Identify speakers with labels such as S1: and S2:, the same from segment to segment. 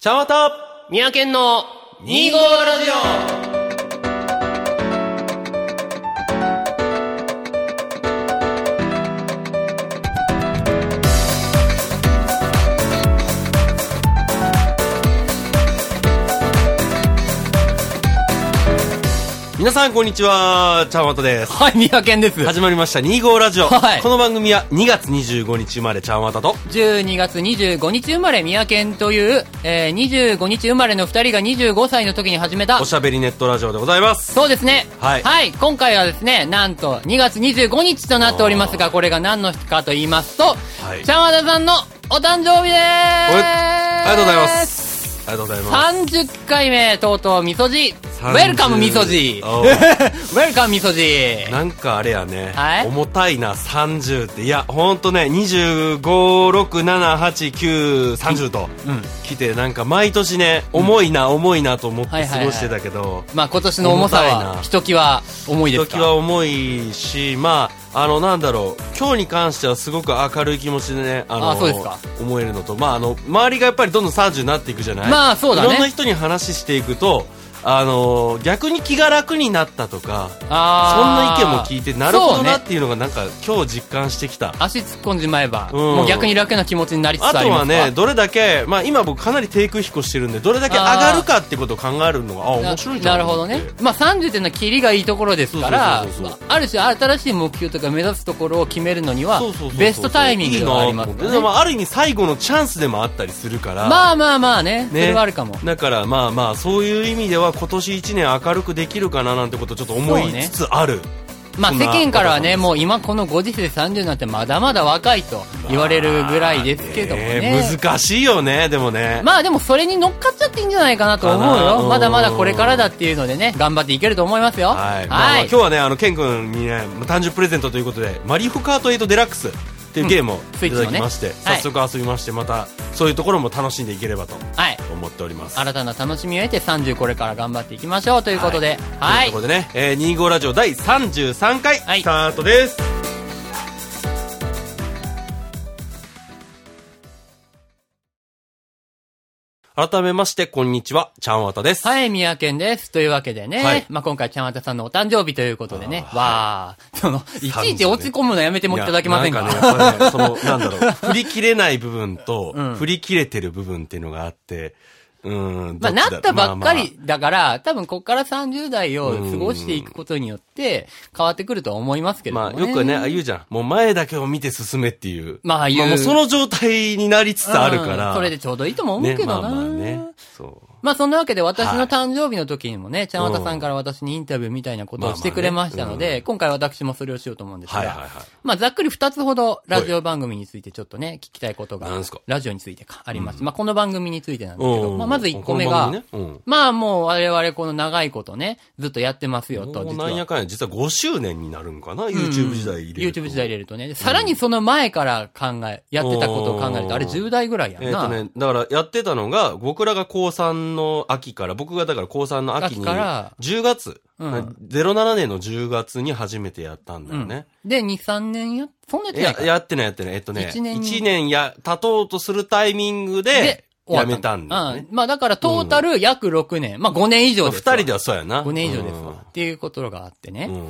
S1: 茶わた
S2: 三宅県の
S1: 2
S2: 2
S1: 号
S2: 号
S1: ラ
S2: ラ
S1: ジ
S2: ジ
S1: オ皆さんこんにちは、茶わたです。
S2: はい、三宅県です。
S1: 始まりました2号ラジオ、
S2: はい
S1: この番組は2月25日生まれちゃんわたと
S2: 12月25日生まれ、三宅県という、えー、25日生まれの2人が25歳の時に始めた
S1: お、しゃべりネットラジオでございます。
S2: そうですね。
S1: はい
S2: 今回はですね、なんと2月25日となっておりますが、これが何の日かと言いますと、
S1: い
S2: ちゃんわたさんのお誕
S1: お
S2: 生日でーす
S1: めでありがとうございま。す。ありがとうございます。
S2: 30回目、とうとう、みそじ。ウ
S1: 30
S2: ェルカムみそじ。 ウ
S1: おう
S2: ェルカムみそじ。
S1: なんかあれやね、
S2: はい
S1: 重たいな30っていやほんとね25678930と
S2: うん
S1: 来てなんか毎年ね重いな重いなと思っ
S2: はい
S1: て過
S2: はいはい
S1: ごしてたけど
S2: まあ今年の重さ
S1: 重たい
S2: は、
S1: な
S2: ひときわ重いです
S1: 時
S2: か
S1: は重いしまああのなんだろう今日に関してはすごく明るい気持ちでねあの
S2: あそうですか
S1: 思えるのとまああの周りがやっぱりどんどん30になっていくじゃない
S2: まあそうだね
S1: いろんな人に話していくとあの逆に気が楽になったとかそん
S2: あ
S1: な
S2: ー
S1: 意見も聞いてなるほ
S2: そ
S1: ど
S2: うね
S1: なっていうのがなんか今日実感してきた。
S2: 足突っ込んじまえば、
S1: うん
S2: もう逆に楽な気持ちになりつつ
S1: あ
S2: あ
S1: と
S2: りま
S1: は
S2: すか
S1: ね、どれだけ、まあ今僕かなり低空飛行してるんで、どれだけ上がるかってことを考えるのが、あ、
S2: な
S1: 面白いじゃん
S2: なるほどね
S1: と思って。
S2: まあ30っていうのはキリがいいところですから
S1: そうそうそうそう
S2: ある種新しい目標とか目指すところを決めるのには
S1: そうそうそうそう
S2: ベストタイミングではあります
S1: いいなと思
S2: よ
S1: って
S2: ね
S1: でもまあある意味最後のチャンスでもあったりするから。
S2: まあまあまあねそ
S1: ね
S2: れはあるかも、
S1: だからまあまあ、そういう意味では今年一年明るくできるかななんてことをちょっと思いつつある。
S2: まあ
S1: そん
S2: 世
S1: な
S2: 間からは
S1: そ
S2: ね
S1: んな
S2: もう今このご時世30なんてまだまだ若いと言われるぐらいですけどもね,、
S1: え難しいよね、でもね。
S2: まあでもそれに乗っかっちゃっていいんじゃないかなと思う
S1: かなう
S2: よ。
S1: ん
S2: まだまだこれからだっていうのでね、頑張っていけると思いますよ。
S1: はい、まあまあ今日はねあのケン君にね誕生日プレゼントということで「マリオカート8デラックス」っていうゲームを
S2: うん
S1: いただきまして、
S2: スイッチのねはい
S1: 早速遊びましてまたそういうところも楽しんでいければと
S2: はい。
S1: 思っております。
S2: 新たな楽しみを得て30これから頑張っていきましょうということで。は
S1: とい
S2: い。
S1: うことでね、えー、25ラジオ第33回
S2: はい
S1: スタートです。改めまして、こんにちは。ちゃんわたです。
S2: はい、宮健です。というわけでね。
S1: はい
S2: まあ、今回、ちゃんわたさんのお誕生日ということでね。
S1: あー
S2: わー。その、いちいち落ち込むのやめてもいただけませんか
S1: いやなんかね、やっぱりねその、なん だろう、振り切れない部分と、
S2: うん
S1: 振り切れてる部分っていうのがあって、うん、ど
S2: まあ、
S1: ち
S2: な
S1: だ
S2: ったばっか
S1: まあま
S2: りだから、多分こっから30代を過ごしていくことによって、変わってくるとは思いますけれども、
S1: あ
S2: ね。
S1: まあ、よくね、あ言うじゃん。もう前だけを見て進めっていう。
S2: まあ言う
S1: もうその状態になりつつあるから。
S2: うんそれでちょうどいいとも思うけど
S1: ね、
S2: な。
S1: まあまあね。そう。
S2: まあそんなわけで私の誕生日の時にもね、ちゃんわたさんから私にインタビューみたいなことをしてくれましたの
S1: まあ
S2: で、
S1: まあね
S2: 今回私もそれをしようと思うんですが、
S1: はいはいはい。
S2: まあざっくり2つほどラジオ番組についてちょっとね、聞きたいことが
S1: なんすか、
S2: ラジオについてか、あります。まあこの番組についてなんですけ
S1: う
S2: ど、
S1: ん。
S2: まあまず1個目が、
S1: この番組ね
S2: まあもう我々この長いことね、ずっとやってますよ
S1: うん。
S2: と、
S1: もう
S2: 実
S1: なんや
S2: は。
S1: かんや、実は5周年になるんかな ?YouTube 時代入れると。
S2: YouTube 時代入れるとね。でさらにその前から考え、やってたことを考える
S1: う
S2: と、
S1: ん
S2: あれ10代ぐらいやんな。
S1: えっ、とね、だからやってたのが、僕らが高3の秋から、僕がだから高3の秋
S2: 秋
S1: に、
S2: から
S1: 10月、
S2: うん
S1: 07年の10月に初めてやったんだよね。
S2: うんで、2、3年や、そんなやっ
S1: い
S2: てない
S1: や
S2: か、
S1: やってないやってない。えっとね、
S2: 一
S1: 1
S2: 年
S1: 年
S2: に
S1: や、経とうとするタイミングで、
S2: 終わ
S1: や
S2: っ
S1: めたんだよね
S2: う。ん。まあだからトータル約6年。まあ5年以上
S1: まあ
S2: で
S1: 二
S2: すわ。
S1: 人ではそうやな。
S2: 5年以上ですわ。っていうことがあって
S1: うん。
S2: ね。
S1: うん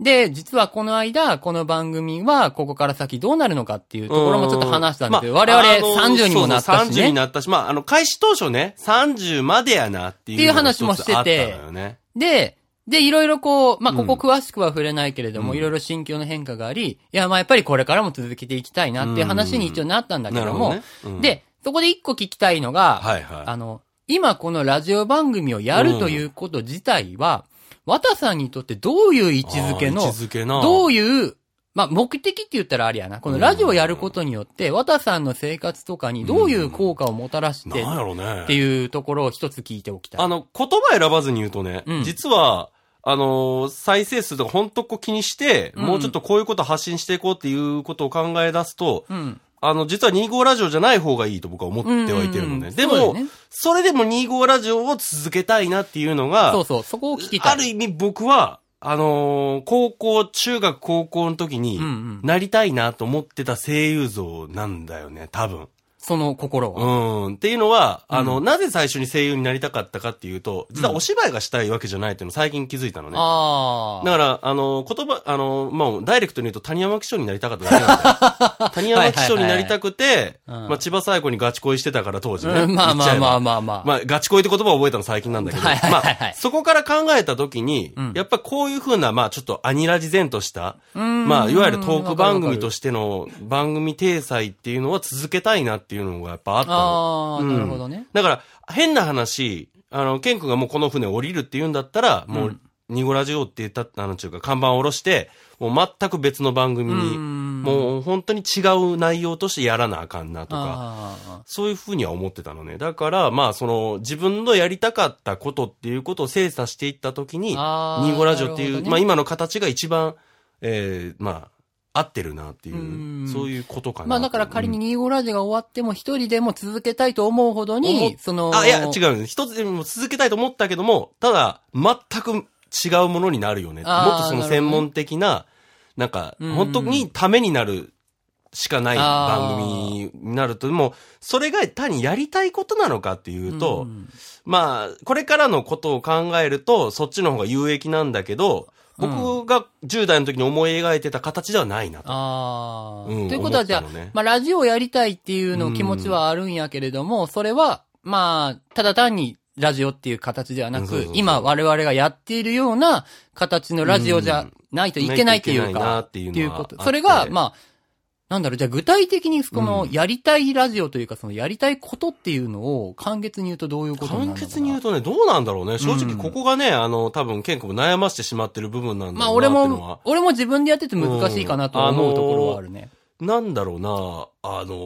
S2: で、実はこの間、この番組は、ここから先どうなるのかっていうところもちょっと話したんですけど、
S1: まあ
S2: 我々
S1: あの
S2: 30にもなったし
S1: そうそう30に
S2: ね。
S1: なったし、まあ、あの、開始当初ね、30までやなっていう。
S2: っていう話もしてて
S1: あったのよね。
S2: で、で、いろいろこう、まあ、ここ
S1: うん
S2: 詳しくは触れないけれども、
S1: うん
S2: いろいろ心境の変化があり、いや、まあ、やっぱりこれからも続けていきたいなっていう話に一応なったんだけ
S1: なる
S2: ど
S1: ほ
S2: も、
S1: どね。うん、
S2: で、そこで一個聞きたいのが、
S1: はいはい。
S2: あの、今このラジオ番組をやるということ自体は、綿さんにとってどういう位置づけ
S1: あー位
S2: の
S1: 置、づけな。
S2: どういう、まあ、目的って言ったらあれやな。このラジオをやることによって、綿さんの生活とかにどういう効果をもたらして
S1: なん
S2: っ
S1: やろうね。
S2: ていうところを一つ聞いておきた
S1: あ
S2: い。
S1: の、言葉選ばずに言うとね、
S2: うん
S1: 実は、あのー再生数とか本当こう気にして、
S2: うん
S1: もうちょっとこういうこと発信していこうっていうことを考え出すと、
S2: うん。
S1: あの、実は25ラジオじゃない方がいいと僕は思ってはいてるのね。
S2: うんうんうん
S1: で
S2: そう
S1: も、
S2: だ
S1: そ
S2: よね
S1: れでも25ラジオを続けたいなっていうのが、
S2: そうそう、そこを聞きたい。
S1: ある意味僕は、あのー高校、中学、高校の時に
S2: うんうん、
S1: なりたいなと思ってた声優像なんだよね、多分。
S2: その心は。
S1: うん。っていうのは、あの、なぜ最初に声優になりたかったかっていうと、実はお芝居がしたいわけじゃないっていうのを最近気づいたのね。
S2: ああ。
S1: だから、あの、言葉、あの、まあ、ダイレクトに言うと谷山紀章になりたかっただけなん だよ。谷山紀章になりたくて、
S2: はいはいうん
S1: まあ、千葉最後にガチ恋してたから当時ね。
S2: うんまあまあまあまあまあ
S1: まあ、ガチ恋って言葉を覚えたの最近なんだけど。
S2: はいはいはいはい
S1: まあ、そこから考えた時に、
S2: ん
S1: やっぱこういうふうな、まあ、ちょっとアニラジ前とした、
S2: ん
S1: まあ、いわゆるトーク番
S2: わかるわか
S1: 組
S2: る
S1: としての番組体裁っていうのは続けたいなっていうのがやっぱあったの。
S2: ああ、
S1: うん
S2: なるほどね。
S1: だから、変な話、あの、ケン君がもうこの船降りるって言うんだったら、もう、ニゴラジオって言った、あの、ちゅうか、看板を下ろして、もう全く別の番組に、
S2: うん
S1: もう本当に違う内容としてやらなあかんなとか、
S2: ああ
S1: そういうふうには思ってたのね。だから、まあ、その、自分のやりたかったことっていうことを精査していったときに、ニ
S2: あー
S1: ゴラジオってい
S2: なる
S1: う、
S2: ほどね
S1: まあ、今の形が一番、ええまあ、合ってるなっていうう、
S2: ん
S1: そういうことかな。
S2: まあだから仮に25ラジが終わっても一人でも続けたいと思うほど
S1: 思
S2: に
S1: っ、
S2: その、
S1: あ、いや、違うんです。一つでも続けたいと思ったけども、ただ、全く違うものになるよね。も
S2: あー
S1: っとその専門的な、なんか、
S2: うんうん
S1: 本当にためになるしかない
S2: あー
S1: 番組になると、もう、それが単にやりたいことなのかっていうと、
S2: ん
S1: まあ、これからのことを考えると、そっちの方が有益なんだけど、僕が10代の時に思い描いてた形ではないなと。
S2: ああ、
S1: うん
S2: ということはじゃあ、
S1: 思ったのね
S2: まあ、ラジオやりたいっていうの気持ちはあるんやけれども、それは、まあ、ただ単にラジオっていう形ではなく、
S1: そうそうそう
S2: 今我々がやっているような形のラジオじゃないといけないっていう
S1: ないといけない
S2: か、
S1: なっていうのは
S2: こ
S1: あっ
S2: と。
S1: て
S2: それが、まあ、なんだろう、じゃあ具体的にその、やりたいラジオというか、そのやりたいことっていうのを簡潔に言うとどういうことになる
S1: 簡
S2: のかな
S1: 潔に言うとね、どうなんだろうね。正
S2: う
S1: 直
S2: ん
S1: ここがね、あの、多分、ケン君も悩ましてしまってる部分なんだ
S2: まあ
S1: ろうな
S2: 俺
S1: っていうのは
S2: も、。俺も自分でやってて難しいかなとは思うところはあるね。
S1: なんだろうな、あの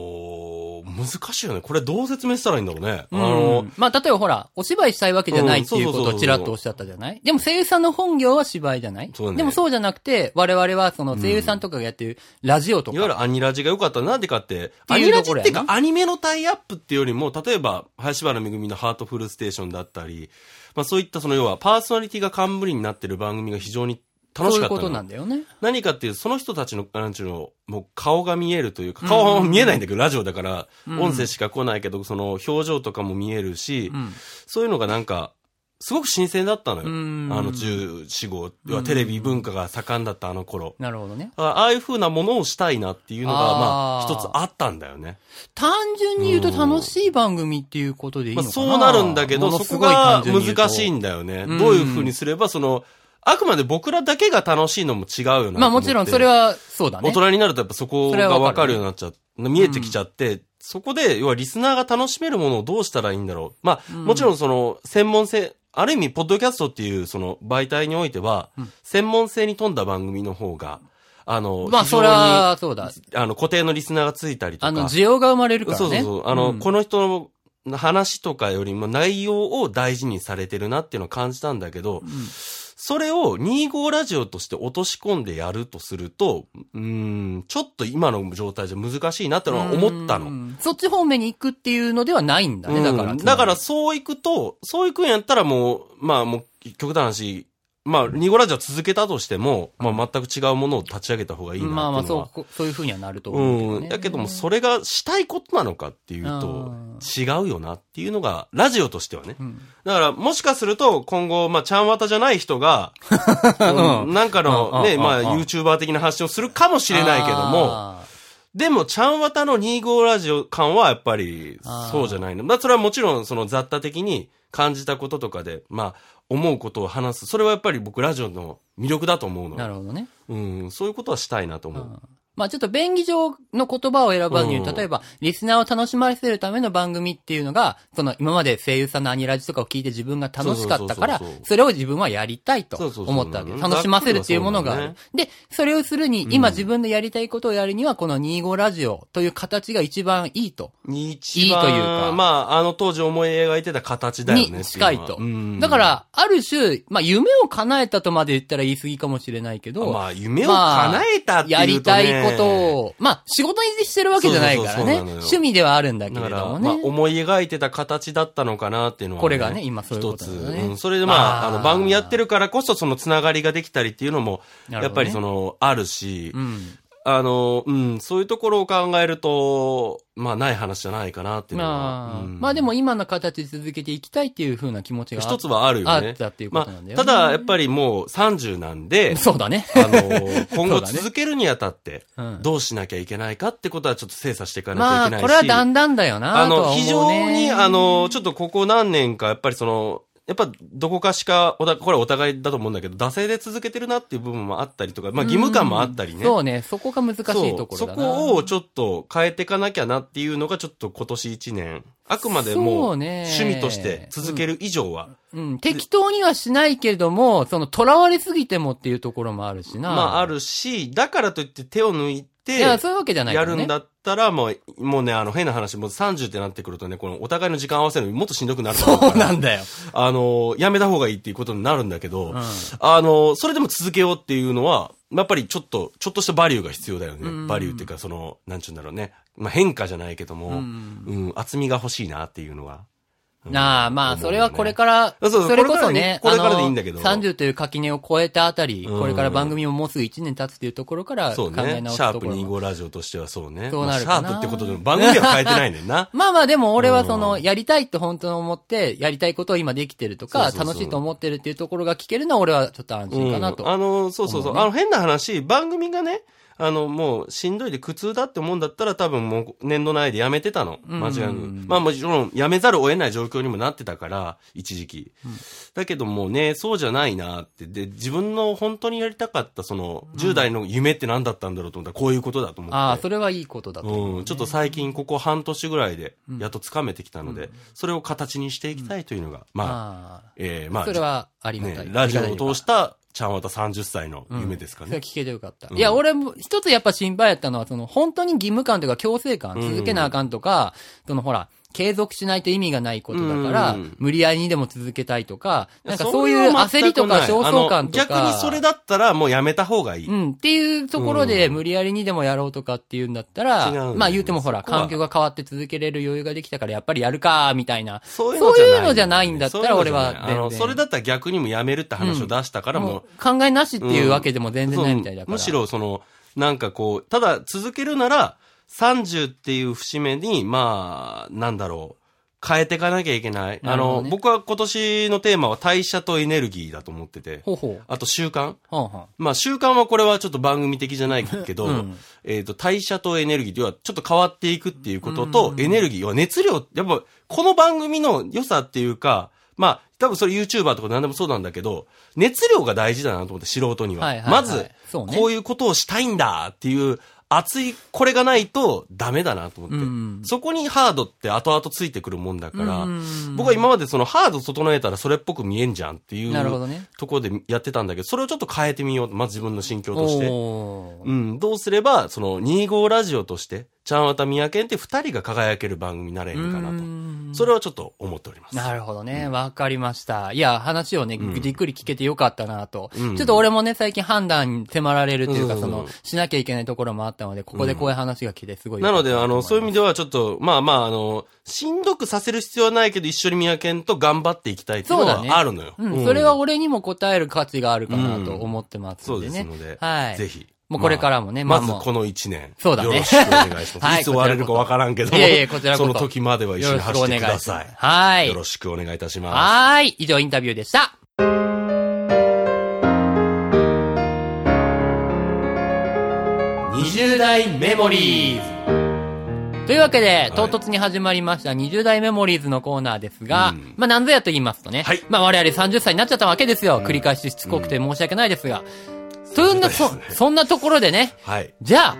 S1: ー難しいよね。これどう説明したらいいんだろうね。あ
S2: う
S1: の
S2: ん、まあ、例えばほら、お芝居したいわけじゃないっていうこ
S1: うんそうそうそう
S2: とを
S1: そう
S2: ちらっとおっしゃったじゃないでも声優さんの本業は芝居じゃない
S1: そうだね
S2: でもそうじゃなくて、我々はその声優さんとかがやってるラジオと
S1: いわゆ
S2: か。
S1: るアニラジが良かったのはなんでかって、
S2: て
S1: ア
S2: い
S1: ニ
S2: う
S1: ラ
S2: と
S1: ジ
S2: ころ
S1: っ
S2: やな
S1: ていうかアニメのタイアップっていうよりも、例えば、林原めぐみのハートフルステーションだったり、まあそういったその要はパーソナリティが冠になってる番組が非常に楽
S2: そう
S1: し
S2: い
S1: かっ
S2: う
S1: たの
S2: こと
S1: よ
S2: なんだよね。
S1: 何かっていう、その人たちの、なんちゅうの、もう顔が見えるというか、顔は見えないんだけど、ラジオだから、音声しか来ないけど、その表情とかも見えるし
S2: う、ん。
S1: そういうのがなんか、すごく新鮮だったのよ。
S2: うん
S1: あの14号、要はテレビ文化が盛んだったあの頃。
S2: なるほどね。
S1: あああいう風なものをしたいなっていうのが、まあ、
S2: あー
S1: 一つあったんだよね。
S2: 単純に言うと楽しい番組っていうことでいい
S1: ま
S2: の
S1: あ、
S2: かな、
S1: そうなるんだけど、
S2: も
S1: そ
S2: のす
S1: こ
S2: ごい単
S1: が
S2: 純に言うと
S1: 難しいんだよね。
S2: うん
S1: どういう風にすれば、その、あくまで僕らだけが楽しいのも違うよな。
S2: まあもちろんそれ、は、そうだね。
S1: 大人になるとやっぱそこ
S2: それは
S1: が
S2: わ
S1: 分か
S2: かる
S1: るようになっちゃう、見えてきちゃって、そこで、要はリスナーが楽しめるものをどうしたらいいんだろう。まあ、もちろんその、専門性、ある意味、ポッドキャストっていう、その、媒体においては、専門性に富んだ番組の方が、あの、
S2: まあ
S1: 非常に
S2: それは、そうだ。
S1: あの、固定のリスナーがついたりとか。
S2: あの、需要が生まれるからね。
S1: そうそうそう。あの、
S2: ん
S1: この人の話とかよりも内容を大事にされてるなっていうのを感じたんだけど、それを25ラジオとして落とし込んでやるとすると、うーん、ちょっと今の状態じゃ難しいなってのは思った
S2: う
S1: の。
S2: んそっち方面に行くっていうのではないんだね、だから。
S1: うんだから
S2: つ
S1: そういくと、そういくんやったらもう、まあもう、極端な話、まあ、ニゴラジオ続けたとしても、まあ全く違うものを立ち上げた方がいいなっていうの
S2: ま
S1: は。
S2: あまあ、そうこ、そういう風にはなると思うけど、ね。
S1: うん。だけども、それがしたいことなのかっていうと
S2: うん、
S1: 違うよなっていうのが、ラジオとしてはね。
S2: ん
S1: だから、もしかすると、今後、まあ、ちゃんわたじゃない人が、うんなんか
S2: うん
S1: の、
S2: う
S1: ね、
S2: ん
S1: ま
S2: う
S1: あ、
S2: んうん
S1: YouTuber 的な発信をするかもしれないけども、
S2: あ
S1: でも、ちゃんわたの25ラジオ感は、やっぱり
S2: あー、
S1: そうじゃないの。だからそれはもちろん、その雑多的に感じたこととかで、まあ、思うことを話す。それはやっぱり僕、ラジオの魅力だと思う
S2: ー。
S1: の
S2: な
S1: よ。
S2: るほどね。
S1: うん、そういうことはしたいなと思う。
S2: まあちょっと便宜上の言葉を選ばずに、
S1: うん
S2: 例えば、リスナーを楽しませるための番組っていうのが、その今まで声優さんのアニラジとかを聞いて自分が楽しかったから
S1: そうそうそうそう、
S2: それを自分はやりたいと
S1: そうそうそう
S2: 思ったわけです。
S1: うん
S2: 楽しませるっていうものがあ
S1: ざっ
S2: る
S1: く。
S2: で、それをするに、今自分でやりたいことをやるには、この25ラジオという形が一番いいと。
S1: 一
S2: いい
S1: 番
S2: というか
S1: まあ、あの当時思い描いてた形だよねってうのは。
S2: に近いと
S1: う。ん
S2: だか、ら、ある種、まあ、夢を叶えたとまで言ったら言い過ぎかもしれないけど、
S1: まあ、夢を叶えたっていうと、ね
S2: やりたいことを、まあ、仕事にしてるわけじゃないから
S1: そうそう
S2: ね。
S1: そうなのよ
S2: 趣味ではあるんだけ
S1: だ
S2: れ
S1: から、
S2: ども
S1: まあ、
S2: ね。
S1: 思い描いてた形だったのかなっていうのは、
S2: これがね今そういうこ
S1: 一
S2: と
S1: つ、
S2: だよね
S1: うん。それでまあ、
S2: あ
S1: あ
S2: ー
S1: の、番組やってるからこそ、そのつながりができたりっていうのも、
S2: なる
S1: や
S2: ほ
S1: っ
S2: どね
S1: ぱりその、あるし、
S2: うん。
S1: あの、うん、そういうところを考えると、まあ、ない話じゃないかなっていうのは。
S2: まあ、
S1: うん
S2: まあでも今の形で続けていきたいっていう風な気持ちがあ
S1: 一つはある
S2: あ
S1: よ
S2: っ
S1: ね。
S2: たっていうこ
S1: ま
S2: となんだ
S1: あ、
S2: よ
S1: た
S2: ね。
S1: だ、やっぱりもう30なんで、
S2: そうだね。
S1: あの、今
S2: そ
S1: 後
S2: うだね
S1: 続けるにあたって、
S2: うん
S1: どうしなきゃいけないかってことはちょっと精査していか
S2: ま
S1: なきゃい
S2: あ、
S1: けないし。
S2: これはだんだんだよな
S1: あ
S2: とは
S1: の、
S2: 思う、ね。
S1: 非常に、あの、ちょっとここ何年か、やっぱりその、やっぱどこかしか、おたこれはお互いだと思うんだけど、惰性で続けてるなっていう部分もあったりとか、まあ義務感もあったりね。
S2: そうね、そこが難しい
S1: そう
S2: ところだな。
S1: そこをちょっと変えていかなきゃなっていうのがちょっと今年一年。あくまで
S2: そ
S1: も
S2: う
S1: う
S2: ね
S1: 趣味として続ける以上は。
S2: うん、適当にはしないけれども、その、囚われすぎてもっていうところもあるしな。
S1: まああるし、だからといって手を抜い
S2: い
S1: て、
S2: や、そういうわけじゃないか
S1: や
S2: ら、ね。
S1: るんだったら、もう、もうね、あの、変な話、もう30ってなってくるとね、この、お互いの時間合わせるのにもっとしんどくなると思
S2: そう
S1: から
S2: なんだよ。
S1: あの、やめた方がいいっていうことになるんだけど、
S2: うん
S1: あの、それでも続けようっていうのは、やっぱりちょっと、ちょっとしたバリューが必要だよ
S2: う
S1: ね。
S2: ん
S1: バリューっていうか、その、なんちゅうんだろうね。まあ、変化じゃないけども、
S2: う
S1: うんん、厚みが欲しいなっていうのは。うん
S2: なあ、まあ、それはこれから、
S1: そうそう
S2: れこそね、
S1: これからでいいこれからでいいんだけど
S2: あの30という垣根を超えたあたり、
S1: うん
S2: これから番組ももうすぐ1年経つというところから
S1: そ
S2: 考
S1: う
S2: え
S1: ね。
S2: 直
S1: シ
S2: す
S1: ャ
S2: と
S1: ープ
S2: ころ。
S1: 25ラジオとしてはそうね。
S2: そう
S1: ま
S2: な
S1: あ
S2: る
S1: シ
S2: かな。
S1: ャープってことでも番組は変えてないねんな
S2: まあまあでも俺はその、
S1: うん
S2: やりたいと本当に思って、やりたいことを今できてると
S1: そ
S2: か、
S1: うそうそう
S2: 楽しいと思ってるっていうところが聞けるのは俺はちょっと安心かなと。
S1: うんあの、そうそうそう。
S2: 思うね
S1: あの、変な話、番組がね、あの、もう、しんどいで苦痛だって思うんだったら、多分もう、年度内でやめてたの。
S2: うん
S1: 間違いなく。まあもちろん、やめざるを得ない状況にもなってたから、一時期。だけどもうね、そうじゃないなって。で、自分の本当にやりたかった、その、10代の夢って何だったんだろうと思ったら、こういうことだと思って。
S2: ああ、それはいいことだと思う、
S1: うん、ちょっと最近ここ半年ぐらいで、やっとつかめてきたので、それを形にしていきたいというのが、まあ、
S2: ま
S1: えー
S2: あ、
S1: まあ、
S2: それはありがたい。
S1: ね、ラジオを通
S2: し
S1: した、ちゃんわた30歳の夢ですか
S2: それ
S1: ね
S2: は。聞けてよかった。
S1: ん
S2: いや、俺も、一つやっぱ心配やったのは、その、本当に義務感というか強制感、
S1: うん
S2: 続けなあかんとか、そのほら、継続しないと意味がないことだから、
S1: うん
S2: 無理やりにでも続けたいとか、
S1: い
S2: な
S1: や
S2: んかそういう焦りとか焦燥感とか。
S1: あの逆にそれだったらもうやめた方がいい。
S2: うん、っていうところで、
S1: うん
S2: 無理やりにでもやろうとかっていうんだった
S1: 違うんだ
S2: ら、
S1: よ
S2: まあ言うてもほら、
S1: そこは
S2: 環境が変わって続けれる余裕ができたから、やっぱりやるか、みたいな。
S1: そう
S2: そういうのじゃないんだったら
S1: そういうのじゃない
S2: 俺は全然
S1: あの、それだったら逆にもやめるって話を出したからもう、
S2: 考えなしっていうわけでも全然
S1: そう
S2: ないみたいだから。
S1: むし、ろその、なんかこう、ただ続けるなら、30っていう節目に、まあ、なんだろう。変えていかなきゃいけない。
S2: な
S1: あ
S2: るほど
S1: の、
S2: ね
S1: 僕は今年のテーマは代謝とエネルギーだと思ってて。
S2: ほうほう。
S1: あと習慣
S2: はんはん。
S1: まあ習慣はこれはちょっと番組的じゃないけど、
S2: うん
S1: えっ、と、代謝とエネルギー、要はちょっと変わっていくっていうことと、エネルギー、要は熱量、やっぱこの番組の良さっていうか、まあ、多分それ YouTuber とか何でもそうなんだけど、熱量が大事だなと思って素人には。
S2: はいはいはい
S1: まず、
S2: そうね
S1: こういうことをしたいんだっていう、熱い、これがないとダメだなと思って。
S2: うん
S1: そこにハードって後々ついてくるもんだから、
S2: うん
S1: 僕は今までそのハード整えたらそれっぽく見えんじゃんっていう
S2: なるほどね
S1: ところでやってたんだけど、それをちょっと変えてみようと。まず自分の心境として。
S2: おー
S1: うん、どうすれば、その25ラジオとして、ちゃんわたみやけんって二人が輝ける番組になれるかな
S2: う
S1: と。
S2: ん
S1: それはちょっと思っております。
S2: なるほどね。わかりました。いや、話をね、
S1: ん
S2: じっくり聞けてよかったなと。
S1: うん
S2: ちょっと俺もね、最近判断に迫られるというか、
S1: うん
S2: その、しなきゃいけないところもあったので、ここでこういう話が聞いてすごいよ
S1: な
S2: か
S1: の
S2: った
S1: で、あ
S2: と思
S1: の、そういう意
S2: ま
S1: 味ではちょっと、まあまあ、あの、しんどくさせる必要はないけど、一緒にみやけんと頑張っていきたいっていうの
S2: そうだね
S1: はあるのよ。
S2: すう、
S1: うんん
S2: それは俺にも答える価値があるかなと思ってます
S1: そ
S2: ん
S1: う
S2: で
S1: で
S2: ね。
S1: すので、
S2: はい。
S1: ぜひ。
S2: もうこれからもね
S1: まあ
S2: まあもう
S1: まずこの一年。
S2: そうだね
S1: よろしくお願いします。
S2: はい
S1: い、つ終われるかわからんけども。
S2: いやいやこちらこ
S1: そ
S2: そ
S1: の時までは一緒
S2: よ
S1: に
S2: ろしく
S1: 走
S2: お
S1: って
S2: 願い
S1: く
S2: しま
S1: だ
S2: す。
S1: さい。
S2: はい
S1: よ。ろしくお願いいたします。
S2: はーい。以上、インタビューでした。20代メモリーズというわけで、唐突に始まりました20代メモリーズのコーナーですが、
S1: うん
S2: まあ何ぞやと言いますとね、
S1: はい
S2: まあ我々30歳になっちゃったわけですよ。繰り返ししつこくて申し訳ないですが、そんな、
S1: そう
S2: そ
S1: ですね
S2: そんなところでね、
S1: はい。
S2: じゃあ、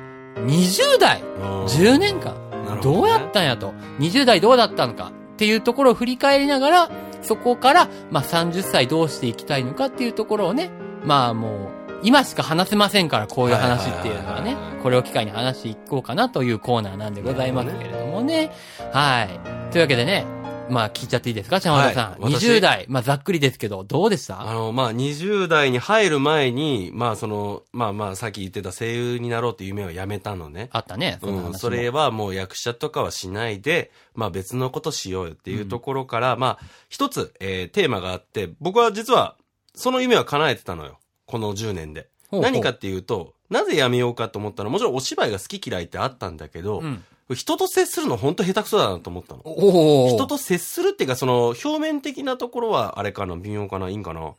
S2: 20代10年間
S1: なるほどね
S2: どうやったんやと、20代どうだったのかっていうところを振り返りながら、そこから、まあ、30歳どうしていきたいのかっていうところをね、まあもう、今しか話せませんから、こういう話っていうのは
S1: はいはい
S2: ね
S1: はいはい、
S2: これを機会に話していこうかなというコーナーなんでございますけれどもね。はい。というわけでね、まあ聞いちゃっていいですか、ちゃんわたさん。
S1: はい私
S2: 20代、まあざっくりですけど、どうでし
S1: あ
S2: た
S1: の、まあ、20代に入る前に、まあ、その、まあまあ、さっき言ってた声優になろうっていう夢をやめたのね。
S2: あったね、そんな話
S1: う
S2: も
S1: ん、それはもう役者とかはしないで、まあ別のことしようよっていうところから、まあ一つ、えーテーマがあって、僕は実はその夢は叶えてたのよ。この10年で。
S2: ほうほう
S1: 何かっていうと、なぜやめようかと思ったのはもちろんお芝居が好き嫌いってあったんだけど、
S2: うん。
S1: 人と接するの本当下手くそだなと思ったの。
S2: おお。
S1: 人と接するっていうか、その、表面的なところは、あれかな、微妙かな、いいんかな。
S2: うん、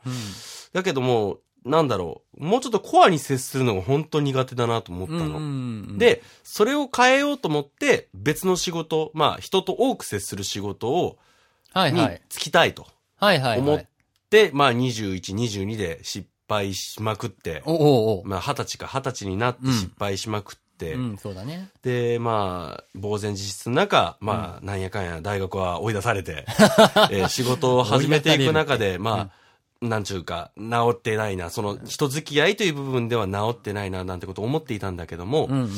S1: だけども、なんだろう、もうちょっとコアに接するのが本当苦手だなと思った
S2: うんう
S1: の。
S2: ん。
S1: で、それを変えようと思って、別の仕事、まあ、人と多く接する仕事を、
S2: はい
S1: に
S2: はい。
S1: 就きたいと。
S2: はいはい、
S1: 思
S2: は
S1: っ
S2: い。
S1: で、まあ、21、22で失敗しまくって、
S2: おおお。
S1: まあ、20歳か、20歳になって失敗しまくって、
S2: うん、そうだね。
S1: で、まあ、呆然自失の中、まあ、なんやかんや大学は追い出され て、えー仕事を始めていく中で、まあ、なんちゅうか、治ってないな、その人付き合いという部分では治ってないな、なんてことを思っていたんだけども、
S2: うんうん。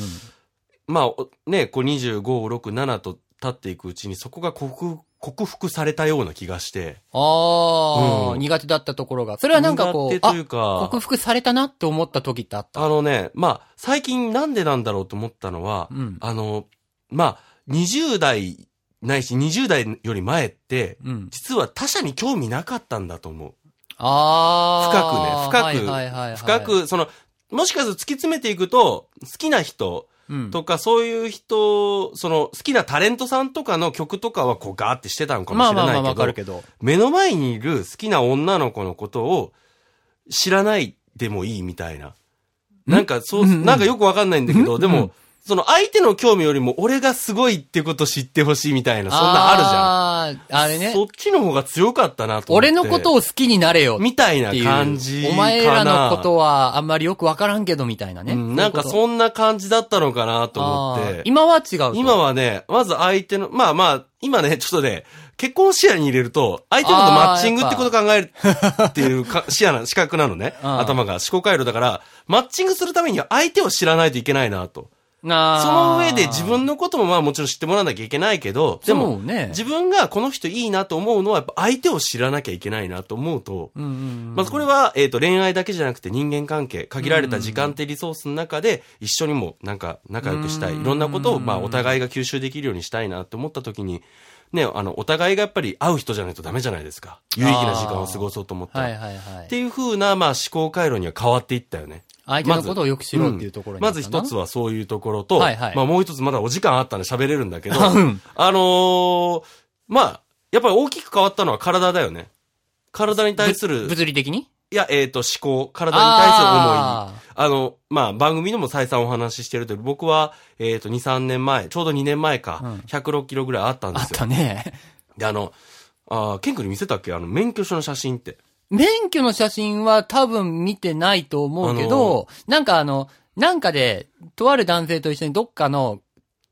S1: まあ、おね、こう25、6、7と経っていくうちにそこが克服克服されたような気がして、
S2: ああ、
S1: うん
S2: 苦手だったところが。それはなんかこう、
S1: 苦手とい
S2: あ
S1: う、か、
S2: 克服されたなって思った時ってあった。
S1: あのね、まあ、最近なんでなんだろうと思ったのは、
S2: うん
S1: あの、まあ、20代ないし20代より前って、
S2: うん。
S1: 実は他者に興味なかったんだと思う。
S2: ああ。
S1: 深くね深く
S2: はいはいはいはい、
S1: 深く、その、もしかすると突き詰めていくと、好きな人
S2: うん、
S1: とか、そういう人、その、好きなタレントさんとかの曲とかは、こう、ガーってしてたのかも
S2: ま
S1: し
S2: あ
S1: れな
S2: ま
S1: い
S2: あ
S1: けど、
S2: まあわかるけど。
S1: 目の前にいる好きな女の子のことを、知らないでもいいみたいな。なんか、そう、
S2: うんうん
S1: なんかよくわかんないんだけど、
S2: うん
S1: で
S2: う
S1: も
S2: ん、
S1: その相手の興味よりも、俺がすごいってこと知ってほしいみたいな、そんなあるじゃん。
S2: るじゃん。あれね。
S1: そっちの方が強かったなと思って。
S2: 俺のことを好きになれよっ
S1: みたい
S2: て
S1: な
S2: いう。
S1: 感じかな。
S2: お前らのことはあんまりよくわからんけどみたいなね。
S1: うんなんかそんな感じだったのかなと思っ
S2: あー
S1: て。
S2: 今は違うと。
S1: 今はね、まず相手の、まあまあ、今ね、ちょっとね、結婚視野に入れると、相手のことマッチングってこと考えるっていう か視野な、資格なのね。
S2: うん
S1: 頭が思考回路だから、マッチングするためには相手を知らないといけないなと。
S2: なあ、
S1: その上で自分のこともまあもちろん知ってもらわなきゃいけないけど、で
S2: そ
S1: も、
S2: うね。
S1: 自分がこの人いいなと思うのはやっぱ相手を知らなきゃいけないなと思うと、
S2: うんうんうん
S1: まずこれは、えっ、と、恋愛だけじゃなくて人間関係、限られた時間ってリソースの中で、一緒にも、なんか、仲良くしたい。
S2: うん
S1: いろんなことを、まあ、お互いが吸収できるようにしたいなって思った時に、ね、あの、お互いがやっぱり会う人じゃないとダメじゃないですか。有意義な時間を過ごそうと思ったら。
S2: はいはいは
S1: っ
S2: い
S1: て。いう風な、まあ、思考回路には変わっていったよね。
S2: 相手のことをよく知ろうっていうところに
S1: まず一つ
S2: は。
S1: はそういうところと、
S2: はいはい
S1: まあもう一つまだお時間あったんで喋れるんだけど、
S2: うん
S1: あのーまあ、やっぱり大きく変わったのは体だよね。体に対する
S2: ぶ物理的に
S1: いや、えっ、と、思考、体に対する思い。あ
S2: あ
S1: の、まあ、番組でも再三お話ししてるとおり、僕は、えっ、と、2、3年前、ちょうど2年前か、
S2: うん
S1: 106キロぐらいあったん
S2: ー
S1: で
S2: あっ
S1: すよ。
S2: たね。
S1: で、あの、あーケン君に見せたっけあの、免許証の写真って。
S2: 免許の写真は多分見てないと思うけど、なんかあの、なんかで、とある男性と一緒にどっかの、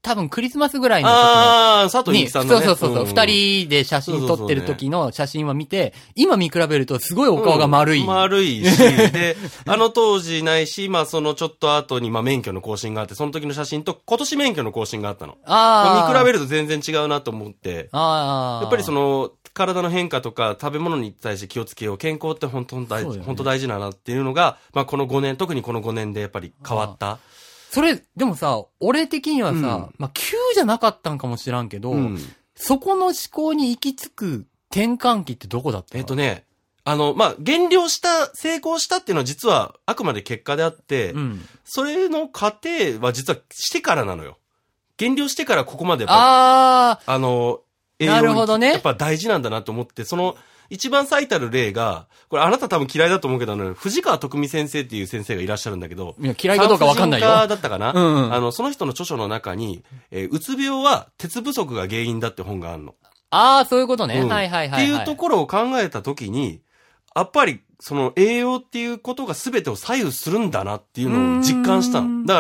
S2: 多分クリスマスぐらいの時の
S1: ああ、佐藤
S2: に、
S1: 由紀
S2: そ
S1: さ
S2: うん
S1: のね。
S2: そうそうそう、
S1: ん
S2: 二、人で写真撮ってる時の写真は見て、今見比べるとすごいお顔が丸い。
S1: うん丸いし、で、あの当時ないし、まあ、そのちょっと後に、まあ、免許の更新があって、その時の写真と、今年免許の更新があったの。
S2: あ
S1: まあ
S2: あ。
S1: 見比べ
S2: る。
S1: ると全然違うなと思って、
S2: ああ。
S1: やっぱりその、体の変化とか食べ物に対して気をつけよう。健康って本当に大
S2: そう
S1: 事、
S2: だよね
S1: 本当大事だなっていうのが、まあこの5年、特にこの5年でやっぱり変わった。
S2: それ、でもさ、俺的にはさ、
S1: う
S2: まあ、急じゃなかったんかもしらんけど、
S1: うん
S2: そこの思考に行き着く転換期ってどこだったの
S1: えっとね、あの、まあ、減量した、成功したっていうのは実はあくまで結果であって、
S2: うん。
S1: それの過程は実はしてからなのよ。減量してからここまでやっぱ
S2: ああ、
S1: あの、栄養
S2: なるほどね
S1: やっぱ大事なんだなと思って、その、一番最たる例が、これあなた多分嫌いだと思うけど、あの、藤川徳美先生っていう先生がいらっしゃるんだけど、
S2: いや嫌いかどうかわかんないよ。
S1: 産婦人科だったかな、
S2: うんうん
S1: あの、その人の著書の中に、えーうつ病は鉄不足が原因だって本があるの。
S2: ああ、そういうことね。
S1: うん
S2: はいはい
S1: っ
S2: は
S1: て
S2: い、
S1: い
S2: は
S1: うところを考えたときに、やっぱり、その栄養っていうことが全てを左右するんだなっていうのを実感した
S2: うー
S1: の。
S2: ん
S1: だか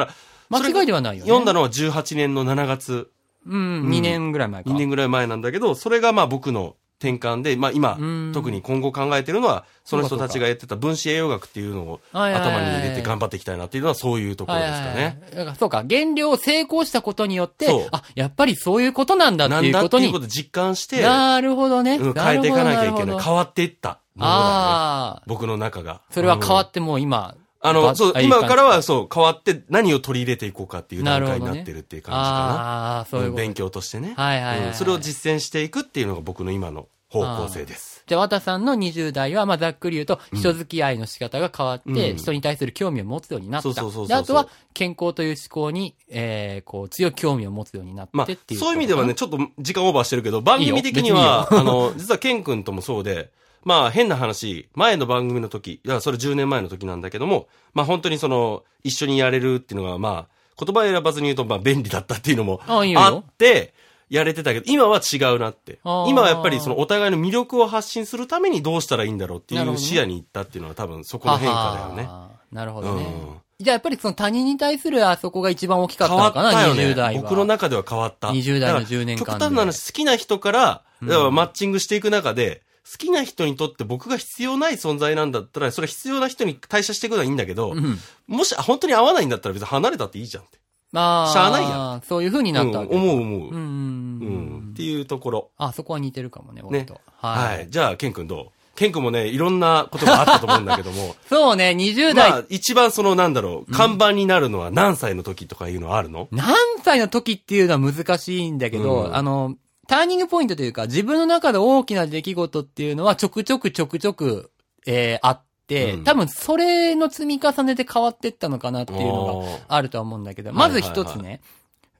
S1: ら、それ
S2: 間違いではないよね。
S1: 読んだのは18年の7月、
S2: うん、
S1: うん
S2: 2年ぐらい前か。
S1: 2年ぐらい前なんだけど、それがまあ僕の転換で、まあ今
S2: う、ん
S1: 特に今後考えてるのは、その人たち
S2: そうかそう
S1: がやってた分子栄養学っていうのを
S2: はいはいはい
S1: 頭に入れて頑張っていきたいなっていうのはそういうところですかね。
S2: はいはいはいだからそうか、減量を成功したことによって
S1: そう、
S2: あ、やっぱりそういうことなんだっ
S1: な
S2: て
S1: ん
S2: いう
S1: だっ
S2: こ
S1: て
S2: と
S1: いう
S2: に
S1: こ。とを実感して、
S2: なるほどね。
S1: うん変えていかなきゃい
S2: るほ
S1: けない。
S2: どるほど
S1: 変わっていったものだね。
S2: ああ、
S1: 僕の中が。
S2: それは変わ
S1: て、
S2: ってもう今。
S1: あ
S2: ば
S1: の、そう
S2: あ、いい
S1: 今
S2: 感
S1: か
S2: じ
S1: らはそう、変わって何を取り入れていこうかっていう段
S2: なる
S1: 階
S2: ほ
S1: に
S2: どね
S1: なってるっていう感じか
S2: ああ、
S1: な。
S2: そういう
S1: うん
S2: こと
S1: 勉。強としてね。
S2: はいはいはい
S1: うんそれを実践していくっていうのが僕の今の方向性です。
S2: じゃあ、和田さんの20代は、まあ、ざっくり言うと、人付き合いの仕方が変わって、
S1: うん
S2: 人に対する興味を持つようになった。
S1: そうそうそうそう
S2: で、あとは、健康という思考に、えー、こう、強い興味を持つようにな
S1: ま
S2: っ
S1: あ
S2: てっていう、
S1: そういう意味ではね、、ちょっと時間オーバーしてるけど、番組的には、あの、実はケン君ともそうで、まあ変な話、前の番組の時、いや、それ10年前の時なんだけども、まあ本当にその、一緒にやれるっていうのが、まあ、言葉選ばずに言うと、まあ便利だったっていうのも
S2: ああ、いいよ
S1: あって、やれてたけど、今は違うなって
S2: あ。ー
S1: 今はやっぱりそのお互いの魅力を発信するためにどうしたらいいんだろうってい
S2: なるほ
S1: う
S2: どね
S1: 視野に行ったっていうのは多分そこの変化だよね。
S2: はは。なるほどね。
S1: うん
S2: じゃあ、やっぱりその他人に対するあそこが一番大きかった
S1: 変
S2: の
S1: わ
S2: かな、
S1: ったよね
S2: 20代は。
S1: 僕の中では変わった。
S2: 20代の
S1: だから
S2: 10年間で
S1: 極端な話、好きな人から、
S2: うん
S1: だからマッチングしていく中で、好きな人にとって僕が必要ない存在なんだったら、それ必要な人に代謝していくのはいいんだけど、
S2: うん。
S1: もしあ本当に合わないんだったら別に離れたっていいじゃんって。
S2: まあ、
S1: しゃあないや
S2: そういう風になったわけ、
S1: うん思
S2: う。
S1: う思う。
S2: うん。
S1: うん
S2: うん
S1: っていうところ。
S2: あ、そこは似てるかもね、俺と。
S1: はい。じゃあ、ケン君どうケン君もね、いろんなことがあったと思うんだけど も、
S2: そうね、20代、
S1: まあ、一番その、なんだろう、看板になるのは何歳の時とかいうのはあるの
S2: 何歳の時っていうのは難しいんだけど、
S1: うん
S2: あの、ターニングポイントというか、自分の中で大きな出来事っていうのはちょくちょくちょくちょく、えーあって、
S1: うん
S2: 多分それの積み重ねで変わってったのかなっていうの
S1: おー
S2: があるとは思うんだけど、
S1: はいは
S2: ま
S1: い
S2: ず
S1: はい
S2: 一つね、